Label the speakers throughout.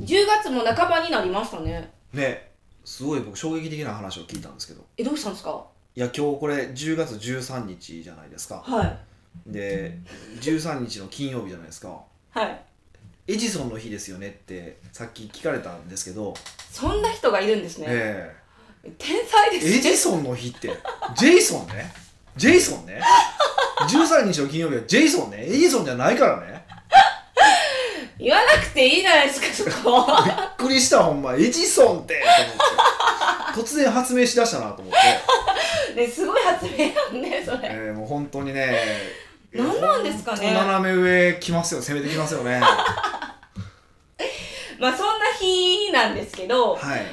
Speaker 1: 10月も半ばになりましたね
Speaker 2: ねすごい僕衝撃的な話を聞いたんですけど
Speaker 1: えどうしたんですか
Speaker 2: いや今日これ10月13日じゃないですか
Speaker 1: はい
Speaker 2: で13日の金曜日じゃないですか
Speaker 1: はい
Speaker 2: エジソンの日ですよねってさっき聞かれたんですけど、
Speaker 1: そんな人がいるんですね、
Speaker 2: え
Speaker 1: 天才で
Speaker 2: え
Speaker 1: す
Speaker 2: エ
Speaker 1: ね
Speaker 2: ジソンの日ってジェイソンねジェイソンね13日の金曜日はジェイソンねエジソンじゃないからね
Speaker 1: 言わなくていいじゃないですかそこ
Speaker 2: びっくりしたほんまエジソンってと思って突然発明しだしたなと思って、
Speaker 1: ねすごい発明なんでそれ
Speaker 2: ええもう本当にね
Speaker 1: 何なんですかね
Speaker 2: ほんと斜め上来ますよ攻めてきます よね
Speaker 1: まあそんな日なんですけど
Speaker 2: はい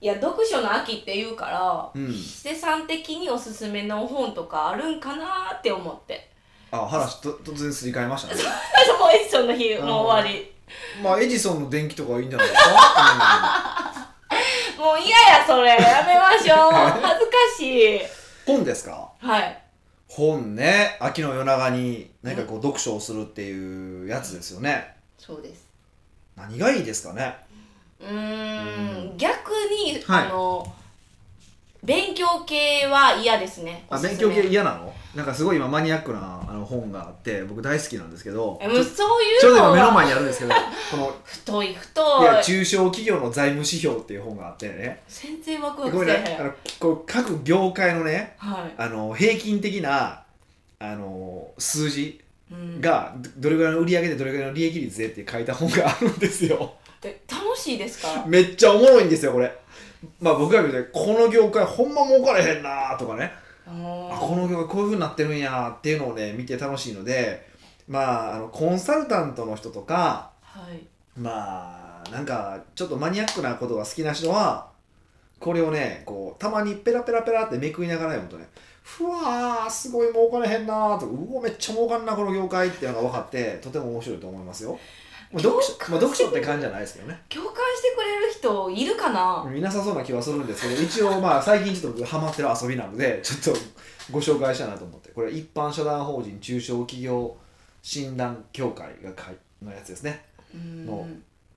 Speaker 1: いや読書の秋っていうから、
Speaker 2: うん
Speaker 1: ヒデさん的におすすめの本とかあるんかなーって思って
Speaker 2: あ話と突然すり替えましたね
Speaker 1: もうエジソンの日もう終わり
Speaker 2: まあエジソンの電気とかはいいんじゃないですか、
Speaker 1: もう嫌やそれやめましょう恥ずかしい
Speaker 2: うん本ですか
Speaker 1: はい
Speaker 2: 本ね秋の夜長に何かこう読書をするっていうやつですよね
Speaker 1: そうです
Speaker 2: 何がいいですかね
Speaker 1: うーん逆に、
Speaker 2: はい
Speaker 1: あの勉強系は嫌ですね
Speaker 2: あ
Speaker 1: おすす
Speaker 2: 勉
Speaker 1: め
Speaker 2: 強系嫌なのなんかすごい今マニアックなあの本があって僕大好きなんですけど
Speaker 1: えもうそうい
Speaker 2: ちょう
Speaker 1: う
Speaker 2: ど
Speaker 1: の
Speaker 2: 今
Speaker 1: は
Speaker 2: 目の前にあるんですけどこの
Speaker 1: 太い
Speaker 2: い
Speaker 1: 太
Speaker 2: や
Speaker 1: い
Speaker 2: 中小企業の財務指標っていう本があってね
Speaker 1: 全然ワクワ
Speaker 2: こ
Speaker 1: クせ
Speaker 2: れ
Speaker 1: え
Speaker 2: ね
Speaker 1: へ
Speaker 2: あ
Speaker 1: ん
Speaker 2: のこう各業界のね
Speaker 1: は
Speaker 2: あの平均的なあの数字
Speaker 1: い、うん、
Speaker 2: がどどれぐらいの売り上げでどれぐらいの利益率でって書いた本があるんですよ
Speaker 1: で楽しいですか
Speaker 2: めっちゃおもろいんですよこれまあ僕が見てこの業界ほんま儲かれへんなーとかね
Speaker 1: あ
Speaker 2: あ
Speaker 1: ー
Speaker 2: この業界こういう風になってるんやーっていうのをね見て楽しいのでまああのコンサルタントの人とか
Speaker 1: はい
Speaker 2: まあなんかちょっとマニアックなことが好きな人はこれをねこうたまにペラペラペラってめくりながら読むとねふわーすごい儲かれへんなーとかうおめっちゃ儲かんなこの業界っていうのが分かってとても面白いと思いますよ。まあ、読書
Speaker 1: 業界
Speaker 2: まあ読書って感じじゃないですけどね
Speaker 1: 共感してくれる人いるかな
Speaker 2: 見なさそうな気はするんですけど一応まあ最近ちょっと僕ハマってる遊びなのでちょっとご紹介したいなと思ってこれ一般社団法人中小企業診断協会がかいのやつですね。
Speaker 1: うーん
Speaker 2: も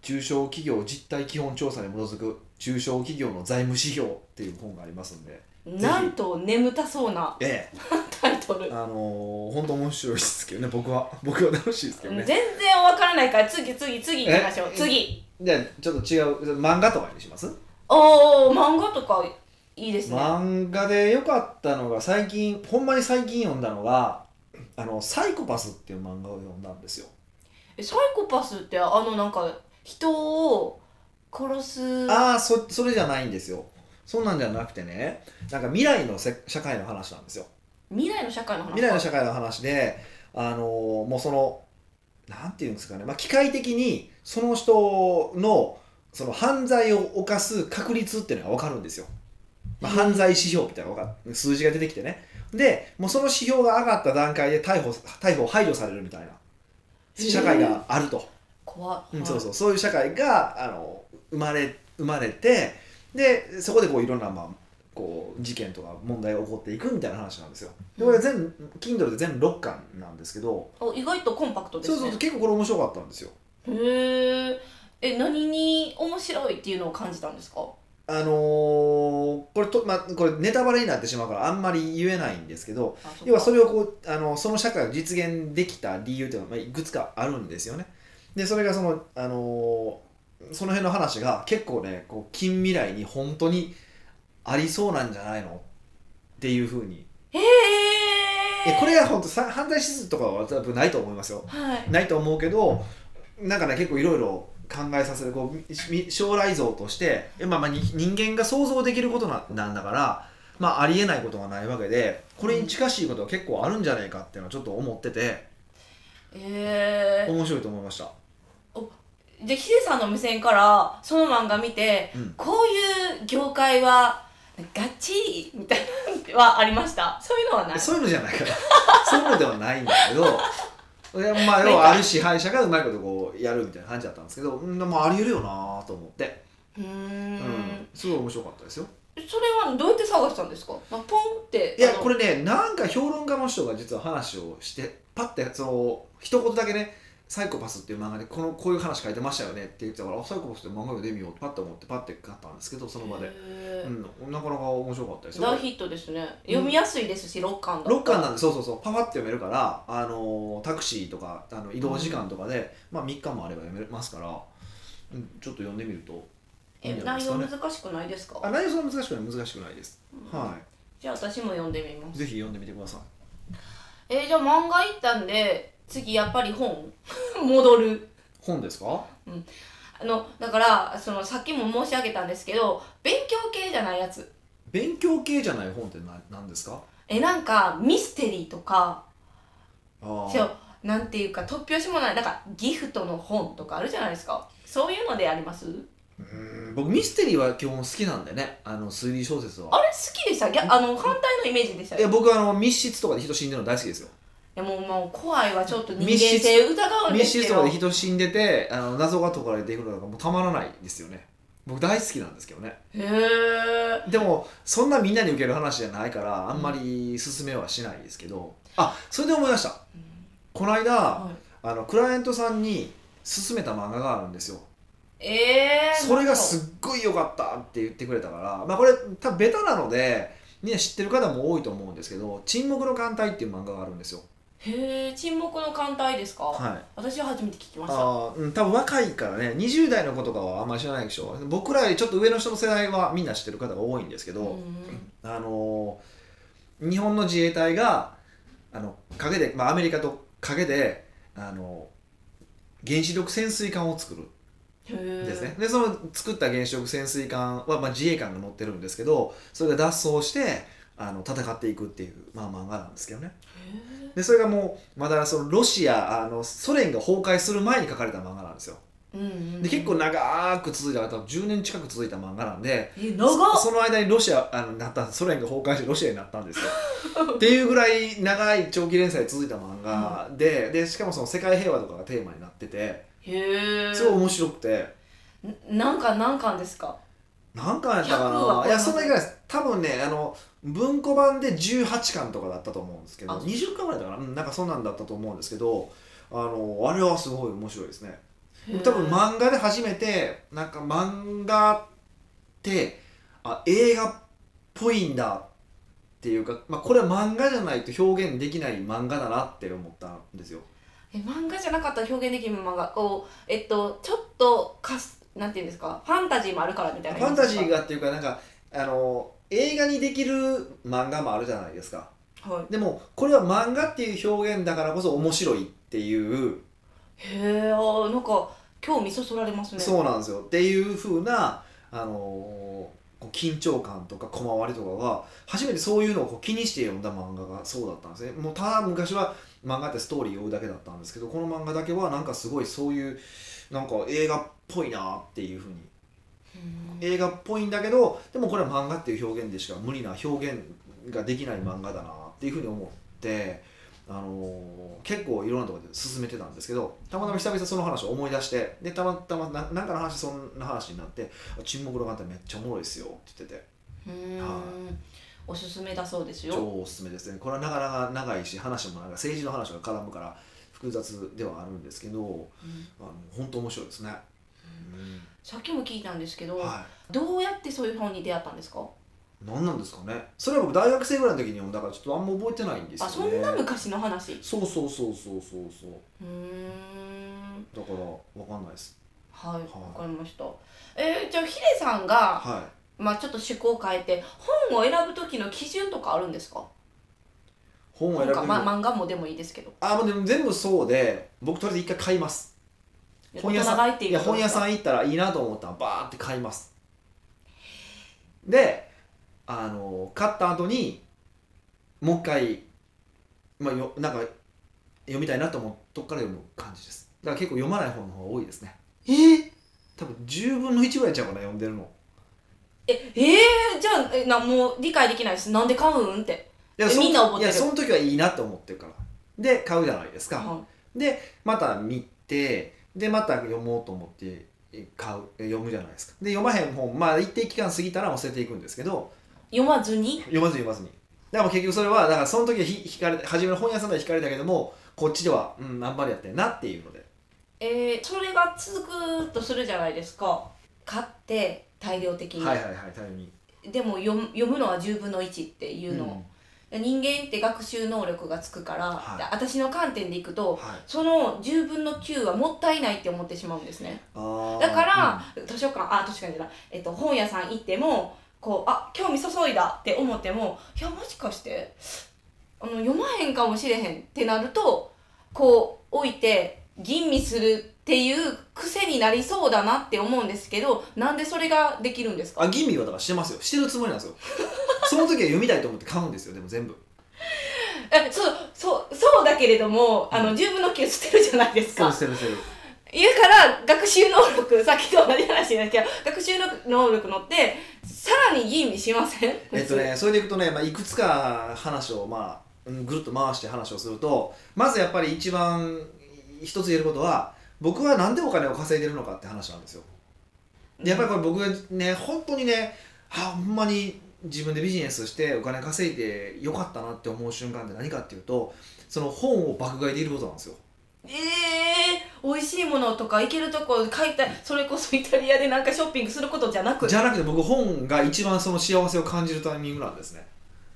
Speaker 2: 中小企業実態基本調査に基づく中小企業の財務指標っていう本がありますんで、
Speaker 1: なんと眠たそうな
Speaker 2: え
Speaker 1: タイトル
Speaker 2: え、あのー、本当面白いですけどね、僕は、 僕は楽しいですけど
Speaker 1: 全
Speaker 2: ね。
Speaker 1: 然わからないから次次次行きましょう
Speaker 2: え
Speaker 1: 次
Speaker 2: じゃあ、ちょっと違う、漫画とかにします
Speaker 1: おお漫画とかいいですね、
Speaker 2: 漫画で良かったのが、最近、ほんまに最近読んだのが、あの、サイコパスっていう漫画を読んだんですよ。
Speaker 1: えサイコパスってあのなんか人を殺す
Speaker 2: ああ、そ、それじゃないんですよ。そんなんじゃなくてね、なんか未来のせ社会の話なんですよ。
Speaker 1: 未来の社会の話
Speaker 2: 未来の社会の話で、あのもうそのなんていうんですかね、まあ、機械的にその人のその犯罪を犯す確率っていうのが分かるんですよ、まあ、犯罪指標みたいなのが分かる数字が出てきてねでもうその指標が上がった段階で逮捕逮捕排除されるみたいな社会があると、
Speaker 1: 怖い、
Speaker 2: うん、そうそうそういう社会があの生まれ生まれてでそこでこういろんな、まあ、こう事件とか問題が起こっていくみたいな話なんですよ。でこれ全部 Kindle で全部6巻なんですけど
Speaker 1: お意外とコンパクトです
Speaker 2: そう
Speaker 1: ね
Speaker 2: そうそう結構これ面白かったんですよ。
Speaker 1: へええ何に面白いっていうのを感じたんですか
Speaker 2: あのーこれと、まあ、これネタバレになってしまうからあんまり言えないんですけど
Speaker 1: あそっか
Speaker 2: 要はそれをこうあのその社会を実現できた理由というのは、まあ、いくつかあるんですよね。でそれがその、あのーその辺の話が結構ねこう近未来に本当にありそうなんじゃないのっていうふうに
Speaker 1: へ
Speaker 2: え
Speaker 1: え
Speaker 2: これは本当さ犯罪指数とかは多分ないと思いますよ。
Speaker 1: はい
Speaker 2: ないと思うけどなんかね結構いろいろ考えさせるこうみみ将来像として、えまあ、まあに人間が想像できることななんだから、まあ、ありえないことはないわけでこれに近しいことは結構あるんじゃないかっていうのはちょっと思ってて
Speaker 1: ええ
Speaker 2: 面白いと思いました。
Speaker 1: でヒデさんの目線からその漫画見て、
Speaker 2: うん
Speaker 1: こういう業界はガチみたいなのはありましたそういうのはない
Speaker 2: そういうのじゃないから そういうのではないんだけどいやまあ要はある支配者がうまいことこうやるみたいな感じだったんですけど、うんまあ、ありえるよなと思って、
Speaker 1: うー
Speaker 2: うんすごい面白かったですよ。
Speaker 1: それはどうやって探したんですか、まあ、ポンって
Speaker 2: いや
Speaker 1: あの
Speaker 2: これねなんか評論家の人が実は話をしてパッてその一言だけねサイコパス」っていう漫画でこのこういう話書いてましたよねって言ってたからあ「サイコパス」って漫画読んでみようパッと思ってパッて買ったんですけどその場で、
Speaker 1: へー
Speaker 2: うん、なかなか面白かったです
Speaker 1: 大ヒットですね読みやすいですし、六巻だったら
Speaker 2: 6巻なんでそうそうそうパパって読めるから、あのータクシーとかあの移動時間とかで、まあ、3日もあれば読めますから、うん、ちょっと読んでみるといいん
Speaker 1: え
Speaker 2: じゃない
Speaker 1: 内
Speaker 2: ですか
Speaker 1: 容
Speaker 2: ね
Speaker 1: 難しくないですか
Speaker 2: あ内容そんな難しくない難しくないです、
Speaker 1: うん
Speaker 2: は
Speaker 1: じゃあ私も読んでみま
Speaker 2: い
Speaker 1: す
Speaker 2: ぜひ読んでみてください
Speaker 1: えーじゃあ漫画行ったんで次やっぱり本 戻る
Speaker 2: 本ですか
Speaker 1: あのだからそのさっきも申し上げたんですけど勉強系じゃないやつ
Speaker 2: 勉強系じゃない本ってな何ですか
Speaker 1: えなんかミステリーとか
Speaker 2: ああ
Speaker 1: そうなんていうか突拍子もないなんかギフトの本とかあるじゃないですかそういうのでやります
Speaker 2: うーん僕ミステリーは基本好きなんでねあの推理小説
Speaker 1: あ
Speaker 2: は
Speaker 1: れ好きでしたぎゃあの反対のイメージでした
Speaker 2: いや
Speaker 1: よ
Speaker 2: 僕あの密室とかで人死んでるの大好きですよ
Speaker 1: でももう怖いはちょっと人間
Speaker 2: 密室
Speaker 1: 性疑うんで
Speaker 2: 密
Speaker 1: す
Speaker 2: 室
Speaker 1: け
Speaker 2: とか
Speaker 1: ど
Speaker 2: で人死んでてあの謎が解かれていくのがもうたまらないですよね僕大好きなんですけどね
Speaker 1: へえ
Speaker 2: でもそんなみんなに受ける話じゃないからあんまり勧めはしないですけどあそれで思い出したこの間あのクライアントさんに勧めた漫画があるんですよ
Speaker 1: えー、
Speaker 2: それがすっごい良かったって言ってくれたから、まあ、これ多分ベタなので、ね、知ってる方も多いと思うんですけど「沈黙の艦隊」っていう漫画があるんですよ。
Speaker 1: へえ沈黙の艦隊ですか、
Speaker 2: はい、
Speaker 1: 私は初めて聞きました
Speaker 2: あーうん多分若いからね20代の子とかはあんまり知らないでしょ僕らよりちょっと上の人の世代はみんな知ってる方が多いんですけど、
Speaker 1: うん
Speaker 2: あのー日本の自衛隊があの陰で、まあ、アメリカと陰で、あの原子力潜水艦を作る
Speaker 1: へー
Speaker 2: ですね、でその作った原子力潜水艦は、まあ、自衛官が乗ってるんですけどそれが脱走してあの戦っていくっていう、まあ、漫画なんですけどね
Speaker 1: へ
Speaker 2: でそれがもうまだそのロシアあのソ連が崩壊する前に書かれた漫画なんですよ
Speaker 1: ーうんうんうん
Speaker 2: で結構長く続いた多分10年近く続いた漫画なんで
Speaker 1: え長っ
Speaker 2: そその間にロシアあのなったソ連が崩壊してロシアになった んですよっていうぐらい長い長期連載続いた漫画で,、でしかもその世界平和とかがテーマになってて
Speaker 1: へえ
Speaker 2: すごい面白くて。
Speaker 1: なんか何巻ですか
Speaker 2: 何巻やったか
Speaker 1: 100は超
Speaker 2: ない
Speaker 1: えま
Speaker 2: や
Speaker 1: す
Speaker 2: そんなにいかないです多分ねあの文庫版で18巻とかだったと思うんですけど
Speaker 1: あ
Speaker 2: 20巻ぐらいだったかなうんなんかそんなんだったと思うんですけどあのあれはすごい面白いですね多分
Speaker 1: ま
Speaker 2: 漫画で初めてなんか漫画ってあ映画っぽいんだっていうか、まあ、これは漫画じゃないと表現できない漫画だなって思ったんですよ
Speaker 1: え漫画じゃなかったら表現できる漫画こうえっとちょっとかすなんていうんですかファンタジーもあるからみたいな
Speaker 2: ファンタジーがっていうかなんかあの映画にできる漫画もあるじゃないですか
Speaker 1: はい
Speaker 2: でもこれは漫画っていう表現だからこそ面白いっていう、
Speaker 1: へえあーなんか興味そそられますね
Speaker 2: そうなんですよっていう風なあのーこう緊張感とか小回りとかが初めてそういうのをこう気にして読んだ漫画がそうだったんですねもうただ昔は漫画ってストーリーを追うだけだったんですけどこの漫画だけはなんかすごいそういうなんか映画っぽいなっていう風に
Speaker 1: うん
Speaker 2: 映画っぽいんだけどでもこれは漫画っていう表現でしか無理な表現ができない漫画だなっていうふうに思って、あのー結構いろんなところで進めてたんですけどたまたま久々その話を思い出してでたまたまななんかの話そんな話になって「あ沈黙の艦隊めっちゃおもろいですよ」って言ってて
Speaker 1: うーん
Speaker 2: は
Speaker 1: おすすめだそうですよ
Speaker 2: 超おすすめですねこれはなかなか長いし話もなんか政治の話が絡むから複雑ではあるんですけど
Speaker 1: うん
Speaker 2: あの本当面白いですね。
Speaker 1: さっきも聞いたんですけど、
Speaker 2: うんはい
Speaker 1: どうやってそういう本に出会ったんですか
Speaker 2: 何なんですかねそれは僕大学生ぐらいの時に読んだからちょっとあんま覚えてないんですよ
Speaker 1: あ
Speaker 2: ね
Speaker 1: そんな昔の話う
Speaker 2: そうそうそうそうそうそう
Speaker 1: ーん
Speaker 2: だからわかんないです
Speaker 1: はい、わ
Speaker 2: い
Speaker 1: かりましたえー、じゃあヒデさんが、
Speaker 2: は
Speaker 1: まあ、ちょっと趣向を変えて本を選ぶ時の基準とかあるんですか
Speaker 2: い本
Speaker 1: な
Speaker 2: を選
Speaker 1: ん
Speaker 2: ぶ
Speaker 1: か、
Speaker 2: 時
Speaker 1: ま、漫画もでもいいですけど
Speaker 2: あもうでも全部そうで僕とりあえず一回買います本屋
Speaker 1: 大
Speaker 2: さ
Speaker 1: 人買いっ
Speaker 2: ん
Speaker 1: て
Speaker 2: い
Speaker 1: いう
Speaker 2: や
Speaker 1: こと
Speaker 2: 本
Speaker 1: で
Speaker 2: 屋
Speaker 1: すか
Speaker 2: さん行ったらいいなと思ったらバーって買いますであの買った後にもう一回、まあ、よなんか読みたいなと思うとこから読む感じですだから結構読まない本の方が多いですねえー、多分10分の1ぐらいちゃうかな読んでるの
Speaker 1: ええー、じゃあえなもう理解できないですなんで買うんって、
Speaker 2: いや
Speaker 1: え
Speaker 2: その
Speaker 1: みんな思ってる
Speaker 2: いやその時はいいなと思ってるからで買うじゃないですか、
Speaker 1: は
Speaker 2: でまた見てでまた読もうと思って買う読むじゃないですかで読まへん本まあ一定期間過ぎたら忘れていくんですけど
Speaker 1: い読まずに
Speaker 2: 読まずに読まずにだから結局それはだからその時はひ引かれ初めの本屋さんでは引かれたけどもこっちでは、うん、あんまりやってんなっていうので
Speaker 1: えーそれが続くとするじゃないですか買って大量的に、
Speaker 2: はいはいはい、頼み。
Speaker 1: でも読む読むのは10分の1っていうのを、人間って学習能力がつくから、
Speaker 2: はい
Speaker 1: で私の観点でいく
Speaker 2: うん
Speaker 1: と
Speaker 2: はい
Speaker 1: その10分の9はもったいないって思ってしまうんですね
Speaker 2: あー
Speaker 1: だから、図書館あ図書館じゃない、えっと、本屋さん行ってもこうあ興味注いだって思ってもいやもしかしてあの読まへんかもしれへんってなるとこう置いて吟味するっていう癖になりそうだなって思うんですけどなんでそれができるんですか
Speaker 2: うんあ、吟味はだからしてますよ。してるつもりなんですよ。その時は読みたいと思って買うんですよ、でも全部。
Speaker 1: えそうそうそうだけれどもあの10分の9捨てるじゃないですか
Speaker 2: てるしてる。
Speaker 1: 言うから学習能力さっきと同じ話なんですけど学習能力のってさらに吟味しません
Speaker 2: えっとね、それでいくとね、まあ、いくつか話を、まあ、うんぐるっと回して話をするとまずやっぱり一番一つ言えることは僕は何でお金を稼いでるのかって話なんですよ。でやっぱりこれ僕ね本当にねあほんまに自分でビジネスしてお金稼いでよかったなって思う瞬間って何かっていうとその本を爆買いでいることなんですよ。
Speaker 1: ええー、美味しいものとか行けるとこ買いたいそれこそイタリアでなんかショッピングすることじゃなく
Speaker 2: じゃなくて僕本が一番その幸せを感じるタイミングなんですね。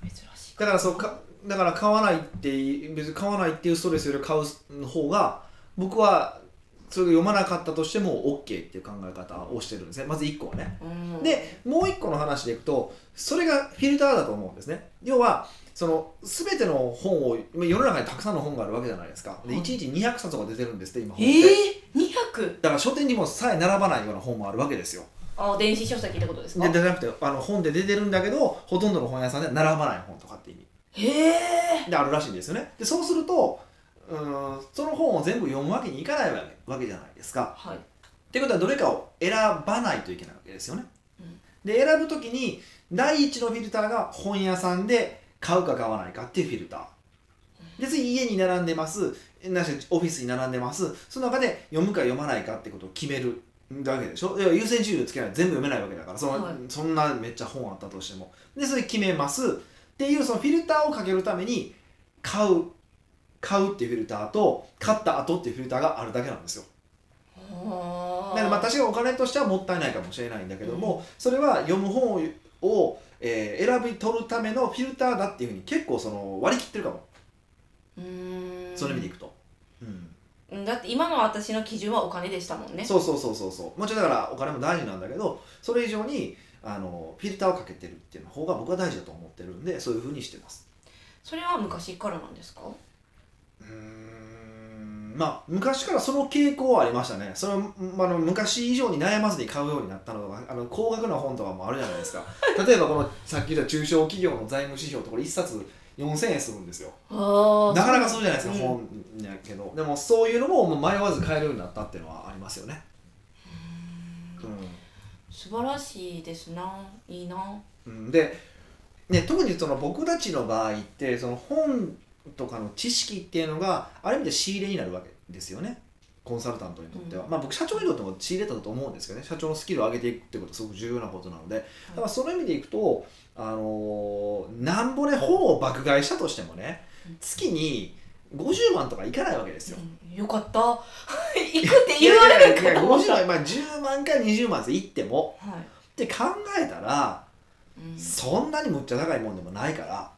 Speaker 1: 珍しい
Speaker 2: だからそうかだから買わないっていう別に買わないっていうストレスより買う方が僕はそれを読まなかったとしても OK っていう考え方をしてるんですねまず1個はね
Speaker 1: うん
Speaker 2: でもう1個の話でいくとそれがフィルターだと思うんですね要はその全ての本をまあ世の中にたくさんの本があるわけじゃないですかで
Speaker 1: はい
Speaker 2: 1日200冊とか出てるんですって今
Speaker 1: え
Speaker 2: 本って、
Speaker 1: ー、200
Speaker 2: だから書店にもさえ並ばないような本もあるわけですよ
Speaker 1: あ電子書籍ってことですか
Speaker 2: でじゃなくてあの本で出てるんだけどほとんどの本屋さんでは並ばない本とかって意味
Speaker 1: へえ
Speaker 2: であるらしいんですよねでそうするとうーんその本を全部読むわけにいかないわけじゃないですか
Speaker 1: はい
Speaker 2: ってことはどれかを選ばないといけないわけですよね、
Speaker 1: うん
Speaker 2: で選ぶ時に第一のフィルターが本屋さんで買うか買わないかっていうフィルター別に家に並んでますなしオフィスに並んでますその中で読むか読まないかってことを決めるだけでしょいや優先順位をつけない全部読めないわけだからその、
Speaker 1: はい
Speaker 2: そんなめっちゃ本あったとしてもでそれ決めますっていうそのフィルターをかけるために買う買うっていうフィルターと買った後っていうフィルターがあるだけなんですよ
Speaker 1: は
Speaker 2: だからまあ確かにお金としてはもったいないかもしれないんだけども、それは読む本をを、えー選び取るためのフィルターだっていうふうに結構その割り切ってるかも、
Speaker 1: うーん
Speaker 2: その意味でいくと、うん
Speaker 1: うんだって今の私の基準はお金でしたもんね
Speaker 2: そうそうそうそうそうもちろんだからお金も大事なんだけどそれ以上にあのフィルターをかけてるっていうの方が僕は大事だと思ってるんでそういうふうにしてます
Speaker 1: それは昔からなんですか
Speaker 2: うーんまあ昔からその傾向はありましたねそれはうんあの昔以上に悩まずに買うようになったのがあの高額な本とかもあるじゃないですか例えばこのさっき言った中小企業の財務指標とこれ1冊4000円するんですよ
Speaker 1: あ
Speaker 2: なかなかするじゃないですか、
Speaker 1: うん
Speaker 2: 本やけどでもそういうのももう迷わず買えるようになったっていうのはありますよね
Speaker 1: 素晴らしいですないいな
Speaker 2: うん、うんで、ね、特にその僕たちの場合ってその本とかの知識っていうのがある意味で仕入れになるわけですよねコンサルタントにとっては、
Speaker 1: う
Speaker 2: まあ僕社長にとっても仕入れたと思うんですけどね社長のスキルを上げていくってことはすごく重要なことなのでだからその意味でいくと、あのーなんぼね本を爆買いしたとしてもね
Speaker 1: うん
Speaker 2: 月に50万とかいかないわけですよ。
Speaker 1: うんよかった 行くって言われる
Speaker 2: いやいやい
Speaker 1: か
Speaker 2: や
Speaker 1: と思っ
Speaker 2: 50
Speaker 1: た
Speaker 2: 万、まあ、10万か20万で行っても
Speaker 1: はい
Speaker 2: って考えたら
Speaker 1: うん
Speaker 2: そんなにむっちゃ高いもんでもないから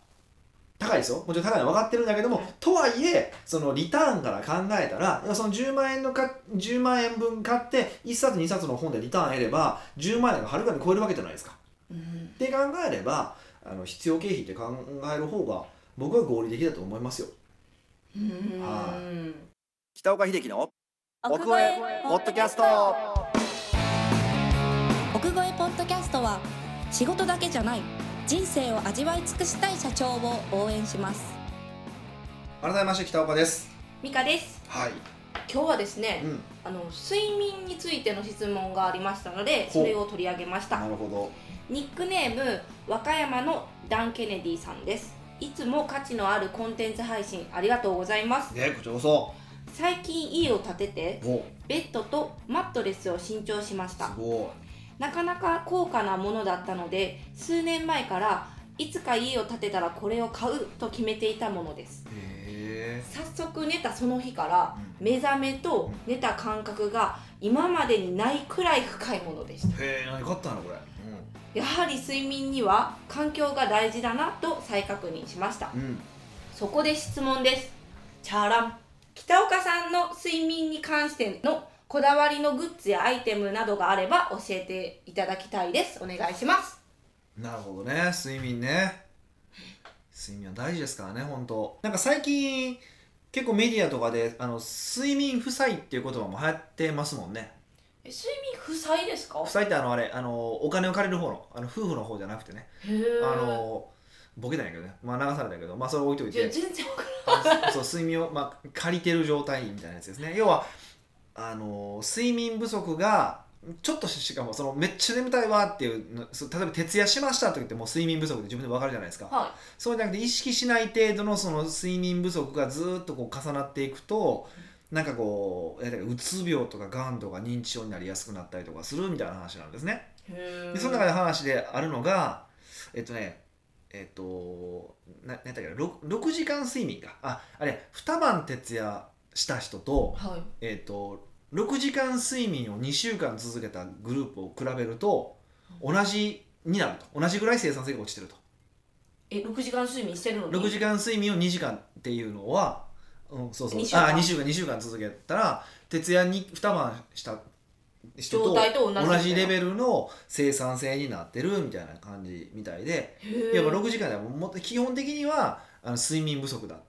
Speaker 2: 高いですよもちろん高いのは分かってるんだけどもとはいえそのリターンから考えたらいやその10万円のか10万円分買って1冊2冊の本でリターン得れば10万円がはるかに超えるわけじゃないですか。
Speaker 1: うん
Speaker 2: って考えればあの必要経費って考える方が僕は合理的だと思いますよ
Speaker 1: うん
Speaker 2: は北岡秀樹の奥越えポッドキャスト
Speaker 3: 奥越えポッドキャストは仕事だけじゃない人生を味わい尽くしたい社長を応援します
Speaker 2: 改めまして北岡です
Speaker 1: ミカです
Speaker 2: はい、
Speaker 1: 今日はですね
Speaker 2: うん、
Speaker 1: あの睡眠についての質問がありましたので
Speaker 2: ほ
Speaker 1: そ
Speaker 2: う
Speaker 1: れを取り上げました
Speaker 2: なるほど
Speaker 1: ニックネーム和歌山のダン・ケネディさんですいつも価値のあるコンテンツ配信ありがとうございます
Speaker 2: ねこちらこそ
Speaker 1: 最近家を建てて
Speaker 2: お
Speaker 1: ベッドとマットレスを新調しまし
Speaker 2: す
Speaker 1: た
Speaker 2: ご
Speaker 1: なかなか高価なものだったので数年前からいつか家を建てたらこれを買うと決めていたものです
Speaker 2: いへね
Speaker 1: 早速寝たその日から
Speaker 2: うん
Speaker 1: 目覚めと寝た感覚が今までにないくらい深いものでした
Speaker 2: へえ何買ったのこれ
Speaker 1: やはり睡眠には環境が大事だなと再確認しました
Speaker 2: うん、うん、
Speaker 1: そこで質問ですチャラン北岡さんの睡眠に関してのこだわりのグッズやアイテムなどがあれば教えていただきたいですお願いします
Speaker 2: なるほどね睡眠ね睡眠は大事ですからね本当なんか最近結構メディアとかであの睡眠負債っていう言葉も流行ってますもんね
Speaker 1: え睡眠負債ですか
Speaker 2: 負債ってあのあれあのお金を借りる方のあの夫婦の方じゃなくてね
Speaker 1: へえ
Speaker 2: あのボケたんやけどね、まあ、流されたけど、まあ、それ置いとい
Speaker 1: いや
Speaker 2: て
Speaker 1: 全然わから
Speaker 2: あ そう睡眠を、まあ、借りてる状態みたいなやつですね要はあの睡眠不足がちょっとししかもそのめっちゃ眠たいわっていうのそう例えば徹夜しましたって言ってもう睡眠不足で自分で分かるじゃないですか、
Speaker 1: ないは
Speaker 2: そうじゃなくて意識しない程度のその睡眠不足がずーっとこう重なっていくとなんかこうなんかうつ病とかがんとか認知症になりやすくなったりとかするみたいな話なんですね。
Speaker 1: いへ
Speaker 2: でその中で話であるのがえっとねえっとななんだっけ 6, 6時間睡眠かああれ2晩徹夜した人と,、
Speaker 1: はい
Speaker 2: えっと6時間睡眠を2週間続けたグループを比べると同じになると同じぐらい生産性が落ちてると
Speaker 1: え6時間睡眠してるのに
Speaker 2: 6時間睡眠を2時間っていうのは、うん、そうそう
Speaker 1: 二週間
Speaker 2: あ2週間2週間続けたら徹夜に2晩した人
Speaker 1: 状
Speaker 2: と
Speaker 1: 態と同じ
Speaker 2: 同じレベルの生産性になってるみたいな感じみたいで
Speaker 1: ル
Speaker 2: いやまあ6時間ではもっと基本的にはあの睡眠不足だっ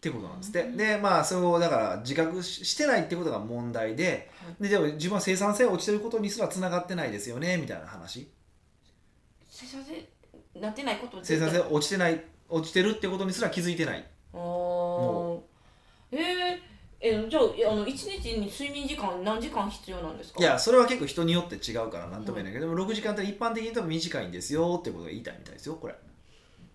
Speaker 2: てことなんですって、
Speaker 1: うん
Speaker 2: でまあそれをだから自覚ししてないってことが問題でででも自分は生産性が落ちてることにすらつながってないですよねみたいな話
Speaker 1: 生産性なってないこと
Speaker 2: 生産性が落ちてない落ちてるってことにすら気づいてない
Speaker 1: あーえー、えじゃあえあの一日に睡眠時間何時間必要なんですか
Speaker 2: いやそれは結構人によって違うからなんとも言えないけど、でも6時間って一般的に多分短いんですよってことが言いたいみたいですよこれ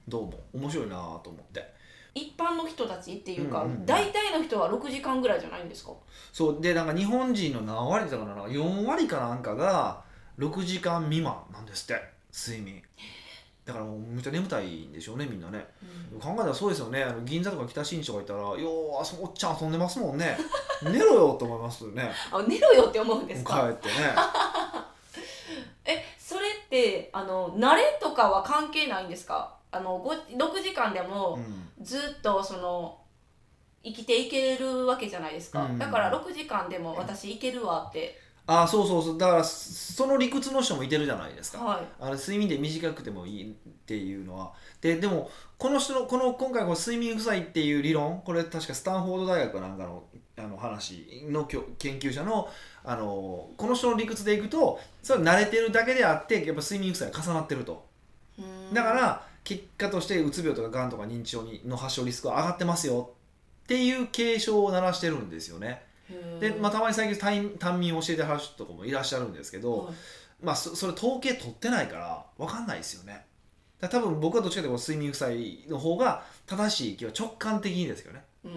Speaker 2: どうも面白いなぁと思って
Speaker 1: 一般の人たちっていうか、
Speaker 2: うんうんうん
Speaker 1: 大体の人は6時間ぐらいじゃないんですか
Speaker 2: そうでなんか日本人の何割だったかな4割かなんかが6時間未満なんですって睡眠だからもうめっちゃ眠たいんでしょうねみんなね考えたらそうですよねあの銀座とか北新地とか行ったら「ようあそおっちゃん遊んでますも んね寝ろよ」と思いますよね
Speaker 1: あ寝ろよって思うん
Speaker 2: 帰
Speaker 1: で
Speaker 2: っ
Speaker 1: す
Speaker 2: て
Speaker 1: か
Speaker 2: ね
Speaker 1: えそれってあの慣れとかは関係ないんですかあのご6時間で
Speaker 2: う
Speaker 1: も
Speaker 2: ん
Speaker 1: ずっとその生きていけるわけじゃないですか、
Speaker 2: うん
Speaker 1: だから6時間でも私いけるわって、
Speaker 2: あそうそうそうだからその理屈の人もいてるじゃないですか
Speaker 1: はい
Speaker 2: あの睡眠で短くてもいいっていうのはででもこの人のこの今回この睡眠負債っていう理論これ確かスタンフォード大学なんかのあの話のきょ研究者のあのこの人の理屈でいくとそれは慣れてるだけであってやっぱ睡眠負債が重なってると
Speaker 1: うん
Speaker 2: だから結果としてうつ病とかがんとか認知症にの発症リスクが上がってますよっていう警鐘を鳴らしてるんですよねで、まあ、たまに最近単単民を教えてはる人とかもいらっしゃるんですけど、
Speaker 1: はい
Speaker 2: まあそそれ統計取ってないから分かんないですよねだから多分僕はどっちかというと睡眠負債の方が正しい気は直感的にですけどね、
Speaker 1: うー
Speaker 2: う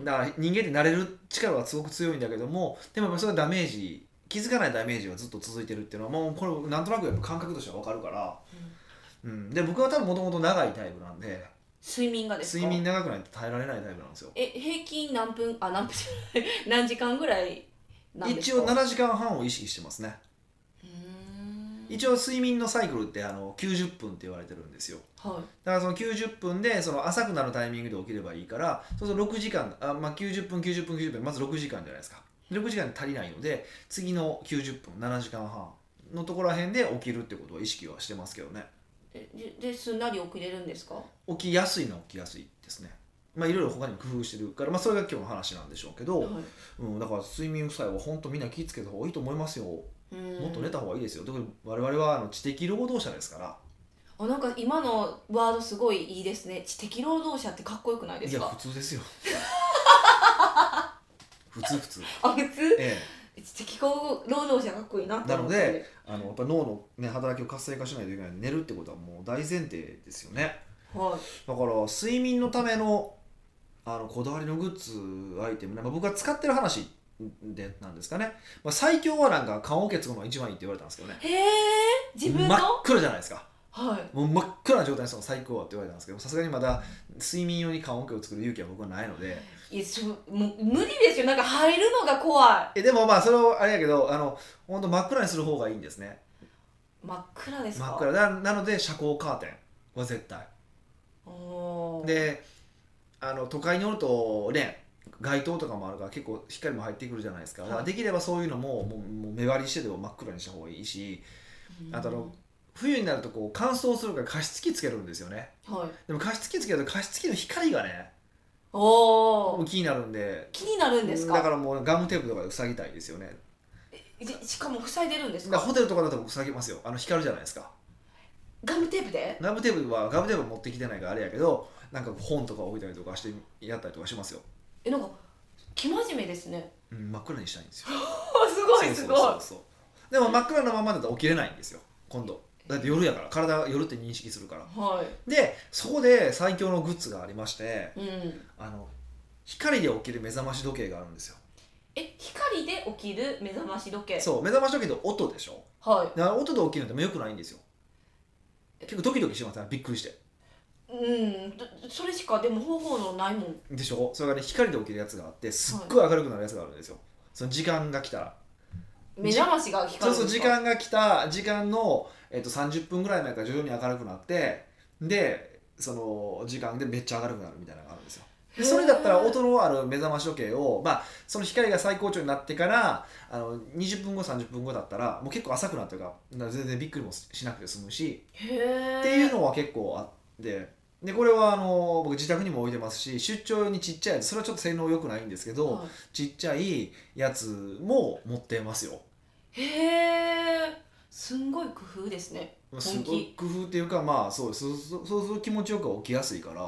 Speaker 2: んだから人間って慣れる力はすごく強いんだけどもでもやっぱそれはダメージ気づかないダメージがずっと続いてるっていうのはもうこれなんとなくやっぱ感覚としては分かるから、うん、で僕は多分もともと長いタイプなんで
Speaker 1: 睡眠がですか
Speaker 2: 睡眠長くないと耐えられないタイプなんですよ
Speaker 1: え平均何分あ何分 じゃない何時間ぐらいなんです
Speaker 2: 一
Speaker 1: か
Speaker 2: 応7時間半を意識してますね
Speaker 1: うーん
Speaker 2: 一応睡眠のサイクルってあの90分って言われてるんですよ
Speaker 1: はい
Speaker 2: だからその90分でその浅くなるタイミングで起きればいいからそうすると6時間あ、まあ、90分90分90分まず6時間じゃないですか6時間足りないので次の90分7時間半のところら辺で起きるってことは意識はしてますけどね
Speaker 1: えでですんなり起きれるんですか
Speaker 2: 起きやすいのは起きやすいですねまあいろいろ他にも工夫してるから、まあ、それが今日の話なんでしょうけど、
Speaker 1: はい
Speaker 2: うん、だから睡眠負債は本当みんな気ぃつけた方がいいと思いますよも
Speaker 1: うーん
Speaker 2: っと寝た方がいいですよ特に我々はあの知的労働者ですから
Speaker 1: あなんか今のワードすごいいいですね知的労働者ってかっこよくないで
Speaker 2: い
Speaker 1: す
Speaker 2: や
Speaker 1: か
Speaker 2: 普 通ですよ 普通普通
Speaker 1: あ普通
Speaker 2: ええ
Speaker 1: 知的労働者かっこいいなって
Speaker 2: な
Speaker 1: 思
Speaker 2: の
Speaker 1: って
Speaker 2: であのやっぱ脳の、ね、働きを活性化しないといけない寝るってことはもう大前提ですよね
Speaker 1: は
Speaker 2: だから睡眠のためのあのこだわりのグッズアイテム、ねまあ、僕が使ってる話でなんですかね、まあ、最強はなんか棺桶つくのが一番いいって言われたんですけどね
Speaker 1: いへえ自分の
Speaker 2: 真っ黒じゃないですか
Speaker 1: はい
Speaker 2: もう真っ暗な状態にするの最高って言われたんですけどさすがにまだ睡眠用に棺桶を作る勇気は僕はないので
Speaker 1: いやそうもう無理ですよなんか入るのが怖い
Speaker 2: えでもまあそれをあれやけどあの本当真っ暗にする方がいいんですね
Speaker 1: 真っ暗ですか
Speaker 2: 真っ暗ななので遮光カーテンは絶対
Speaker 1: おー
Speaker 2: であの都会におるとね街灯とかもあるから結構光も入ってくるじゃないですか、
Speaker 1: はい
Speaker 2: だからできればそういうのももうもう目張りしてでも真っ暗にした方がいいしあとあの冬になるとこう乾燥するから加湿器つけるんですよね
Speaker 1: うんはい
Speaker 2: でも加湿器つけると加湿器の光がね
Speaker 1: お
Speaker 2: もう
Speaker 1: お
Speaker 2: 気になるんで
Speaker 1: 気になるんですか
Speaker 2: だからもうガムテープとかで塞ぎたいですよね
Speaker 1: えじしかも塞いでるんです
Speaker 2: だから
Speaker 1: か
Speaker 2: ホテルとかだと僕塞ぎますよあの光るじゃないですか
Speaker 1: ガムテープで
Speaker 2: ガムテープはガムテープ持ってきてないからあれやけどなんか本とか置いたりとかしてやったりとかしますよ、
Speaker 1: えなんか生真面目です ね
Speaker 2: うん、真っ暗にしたいんですよ
Speaker 1: あすごいすごい
Speaker 2: そうそうそうそうでも真っ暗なままだと起きれないんですよ今度だって夜やから体が夜って認識するから
Speaker 1: は
Speaker 2: でそこで最強のグッズがありまして
Speaker 1: いうん
Speaker 2: あの光で起きる目覚まし時計があるんですよ
Speaker 1: え光で起きる目覚まし時計
Speaker 2: そう目覚まし時計って音でしょ
Speaker 1: は
Speaker 2: だから音で起きるのってもよくないんですよ結構ドキドキしますねびっくりして
Speaker 1: いうんどそれしかでも方法論ないもん
Speaker 2: でしょそれがね光で起きるやつがあってすっごい明るくなるやつがあるんですよ、その時間が来たら
Speaker 1: 目覚ましが
Speaker 2: そ
Speaker 1: 光
Speaker 2: う
Speaker 1: る
Speaker 2: そ
Speaker 1: ん
Speaker 2: う
Speaker 1: です
Speaker 2: 時
Speaker 1: か
Speaker 2: 間が来た時間の、えっと30分ぐらい前から徐々に明るくなってでその時間でめっちゃ明るくなるみたいなのがあるんですよでそれだったら
Speaker 1: へー
Speaker 2: 音のある目覚まし時計を、まあ、その光が最高潮になってからあの20分後30分後だったらもう結構浅くなってるから全然びっくりもしなくて済むし
Speaker 1: へえ
Speaker 2: っていうのは結構あってでこれはあの僕自宅にも置いてますし出張用にちっちゃいやつそれはちょっと性能良くないんですけど、
Speaker 1: は
Speaker 2: ちっちゃいやつも持ってますよ。
Speaker 1: いへえすんごい工夫ですね
Speaker 2: す
Speaker 1: 本
Speaker 2: ごい
Speaker 1: 気
Speaker 2: 工夫っていうかまあそうそうそうそうすると気持ちよく起きやすいから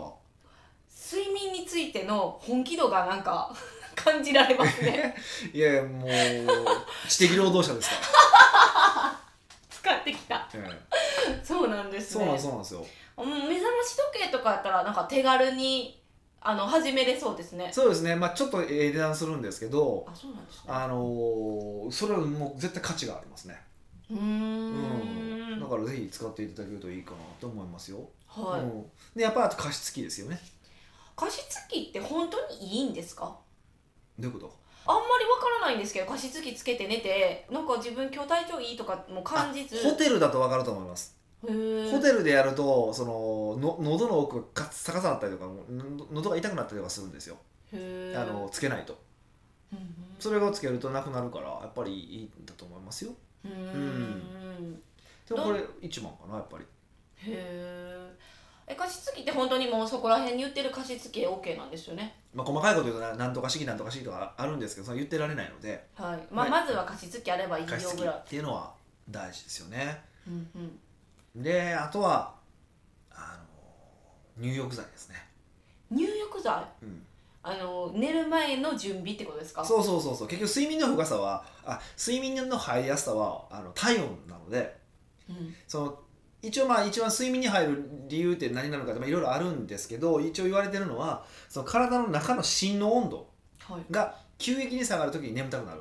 Speaker 1: 睡眠についての本気度がなんか 感じられます ね
Speaker 2: いやいやもう知的労働者ですか
Speaker 1: 使ってきた
Speaker 2: ら、え
Speaker 1: そうなんで
Speaker 2: え
Speaker 1: す
Speaker 2: そう
Speaker 1: ね
Speaker 2: なんそうなんですよ
Speaker 1: うん目覚まし時計とかやったらなんか手軽にあの始めれそうですね
Speaker 2: そうですねまあちょっとええ値段するんですけど
Speaker 1: あそうなんですね
Speaker 2: あのーそれはもう絶対価値がありますね
Speaker 1: うー
Speaker 2: うんだからぜひ使っていただけるといいかなと思いますよ、
Speaker 1: はい、
Speaker 2: うん、でやっぱあと加湿器ですよね
Speaker 1: 加湿器って本当にいいんですか
Speaker 2: どういうこと
Speaker 1: あんまりわからないんですけど加湿器つけて寝てなんか自分今日体調いいとかも感じず
Speaker 2: あホテルだと分かると思いますホ
Speaker 1: ホ
Speaker 2: テルでやるとそのの喉の奥がカッサカサだったりとかもの喉が痛くなったりとかするんですよ
Speaker 1: ル
Speaker 2: あのつけないとそれをつけるとなくなるからやっぱりいいんだと思いますよ
Speaker 1: うんうん
Speaker 2: んでもこれ1万かなやっぱり
Speaker 1: へーえ加湿器って本当にもうそこら辺に売ってる加湿器 OK なんですよね
Speaker 2: まあ細かいこと言うとななんとか式なんとか式とかあるんですけどそれ言ってられないので
Speaker 1: はいまあ
Speaker 2: はい
Speaker 1: まずは加湿器あればいいよ
Speaker 2: 加湿器
Speaker 1: ぐらい
Speaker 2: っ、ていうのは大事ですよね
Speaker 1: うんうん、
Speaker 2: であとはあの入浴剤ですね、
Speaker 1: 入浴剤
Speaker 2: うん、
Speaker 1: あの寝る前の準備ってことですか
Speaker 2: そうそうそうそう結局睡眠の深さはあ睡眠の入りやすさはあの体温なので
Speaker 1: うん
Speaker 2: その一応まあ一番睡眠に入る理由って何なのかってまあいろいろあるんですけど一応言われてるのはその体の中の心の温度
Speaker 1: はい
Speaker 2: が急激に下がるときに眠たくなるっ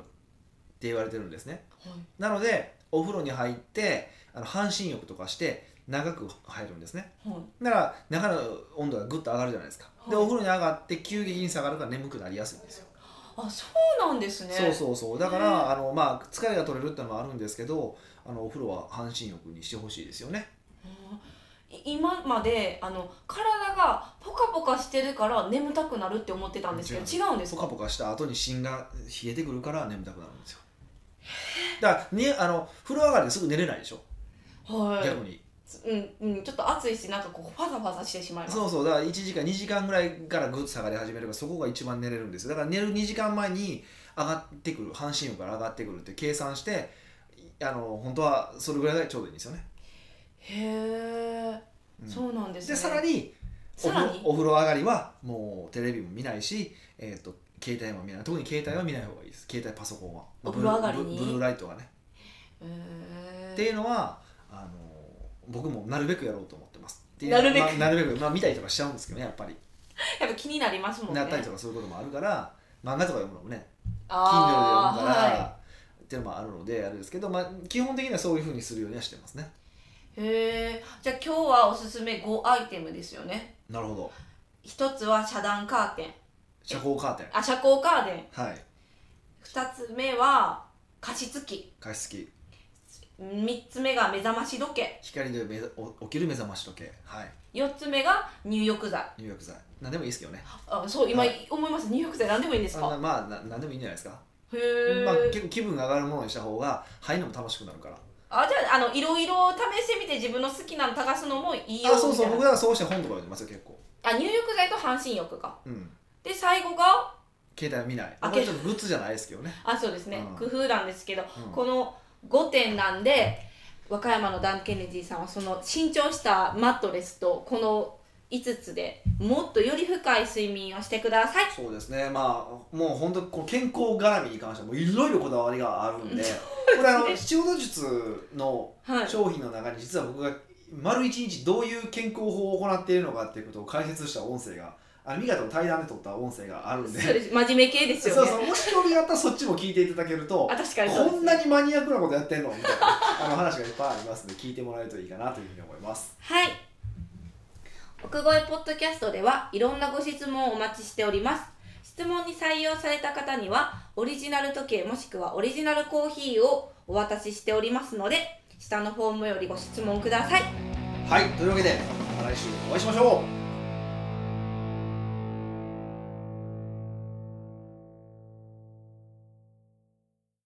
Speaker 2: て言われてるんですね
Speaker 1: はい
Speaker 2: なのでお風呂に入ってあの半身浴とかして長く入るんですね
Speaker 1: はい
Speaker 2: だから中の温度がぐっと上がるじゃないですかで
Speaker 1: はい
Speaker 2: お風呂に上がって急激に下がるから眠くなりやすいんですよ
Speaker 1: あそうなんですね
Speaker 2: そうそうそうだから、
Speaker 1: ね
Speaker 2: あのまあ疲れが取れるってのもあるんですけどあのお風呂は半身浴にしてほしいですよね
Speaker 1: い今まであの体がポカポカしてるから眠たくなるって思ってたんですけど違うんですか
Speaker 2: ポカポカした後に芯が冷えてくるから眠たくなるんですよだから、ね、あの風呂上がりですぐ寝れないでしょ、
Speaker 1: は
Speaker 2: 逆に
Speaker 1: い、うんうん、ちょっと暑いしなんかこうファザファザしてしまいます
Speaker 2: そうそうだから1時間2時間ぐらいからぐっと下がり始めるからそこが一番寝れるんですよだから寝る2時間前に上がってくる半身浴から上がってくるって計算していあの本当はそれぐらいがちょうどいいんですよね、
Speaker 1: へえ、
Speaker 2: うん
Speaker 1: そうなんですね
Speaker 2: でさらにお
Speaker 1: さ
Speaker 2: 風
Speaker 1: ら
Speaker 2: 呂
Speaker 1: に
Speaker 2: お風呂上がりはもうテレビも見ないし、えー、と携帯も見ない特に携帯は見ない方がいいです携帯パソコンは
Speaker 1: お風呂上がりに
Speaker 2: ブルーブルーライトがね
Speaker 1: へ
Speaker 2: って
Speaker 1: え
Speaker 2: いうのはあの僕もなるべくやろうと思ってますっていう
Speaker 1: なるべく
Speaker 2: まあなるべく、まあ、見たりとかしちゃうんですけどねやっぱり、
Speaker 1: やっぱ気になりますもんね
Speaker 2: なったりとかそういうこともあるから漫画とか読むのもね Kindle で
Speaker 1: あ
Speaker 2: 読
Speaker 1: ー
Speaker 2: むから、
Speaker 1: は
Speaker 2: っていうのもあるのであれですけど、まあ、基本的にはそういうふうにするようにはしてますね
Speaker 1: いへえじゃあ今日はおすすめ5アイテムですよね
Speaker 2: なるほど
Speaker 1: 一つは遮断カーテン
Speaker 2: 遮光カーテン
Speaker 1: あ遮光カーテン
Speaker 2: はい
Speaker 1: 二つ目は加湿器
Speaker 2: 加湿器
Speaker 1: 三つ目が目覚まし時計
Speaker 2: 光で目ざお起きる目覚まし時計はい
Speaker 1: 四つ目が入浴剤
Speaker 2: 入浴剤何でもいいですけどね
Speaker 1: あそう今
Speaker 2: はい
Speaker 1: 思います入浴剤何でもいいんです
Speaker 2: あんな
Speaker 1: か
Speaker 2: まあな何でもいいんじゃないですか、
Speaker 1: へえ、
Speaker 2: まあ、結構気分が上がるものにした方が入るのも楽しくなるから
Speaker 1: あじゃああのいろいろ試してみて自分の好きなの探すのもいいよみたいな
Speaker 2: あそうそう僕はそうして本とか読んでますよ結構
Speaker 1: あ入浴剤と半身浴か
Speaker 2: うん
Speaker 1: で最後が
Speaker 2: 携帯見ない
Speaker 1: あ
Speaker 2: これちょっとグッズじゃないですけどね、
Speaker 1: あそうですね、
Speaker 2: うん
Speaker 1: 工夫なんですけど、
Speaker 2: うん
Speaker 1: この5点なんで和歌山のダン・ケネディさんはその新調したマットレスとこの5つでもっとより深い睡眠をしてください
Speaker 2: そうですねまあもう本当こう健康絡みに関してはもういろいろこだわりがある んでこれあの七本術の
Speaker 1: はい
Speaker 2: 商品の中に実は僕が丸一日どういう健康法を行っているのかっていうことを解説した音声があのミカとの対談で撮った音声があるんで
Speaker 1: そうです真面目系ですよね
Speaker 2: そうそうもし興味があったらそっちも聞いていただけると
Speaker 1: あ確かにそうです
Speaker 2: こんなにマニアックなことやってんのみたいなあの話がいっぱいありますので聞いてもらえるといいかなというふうに思います
Speaker 1: はい奥越えポッドキャストではいろんなご質問をお待ちしております質問に採用された方にはオリジナル時計もしくはオリジナルコーヒーをお渡ししておりますので下のフォームよりご質問ください
Speaker 2: はいというわけでまた来週お会いしましょう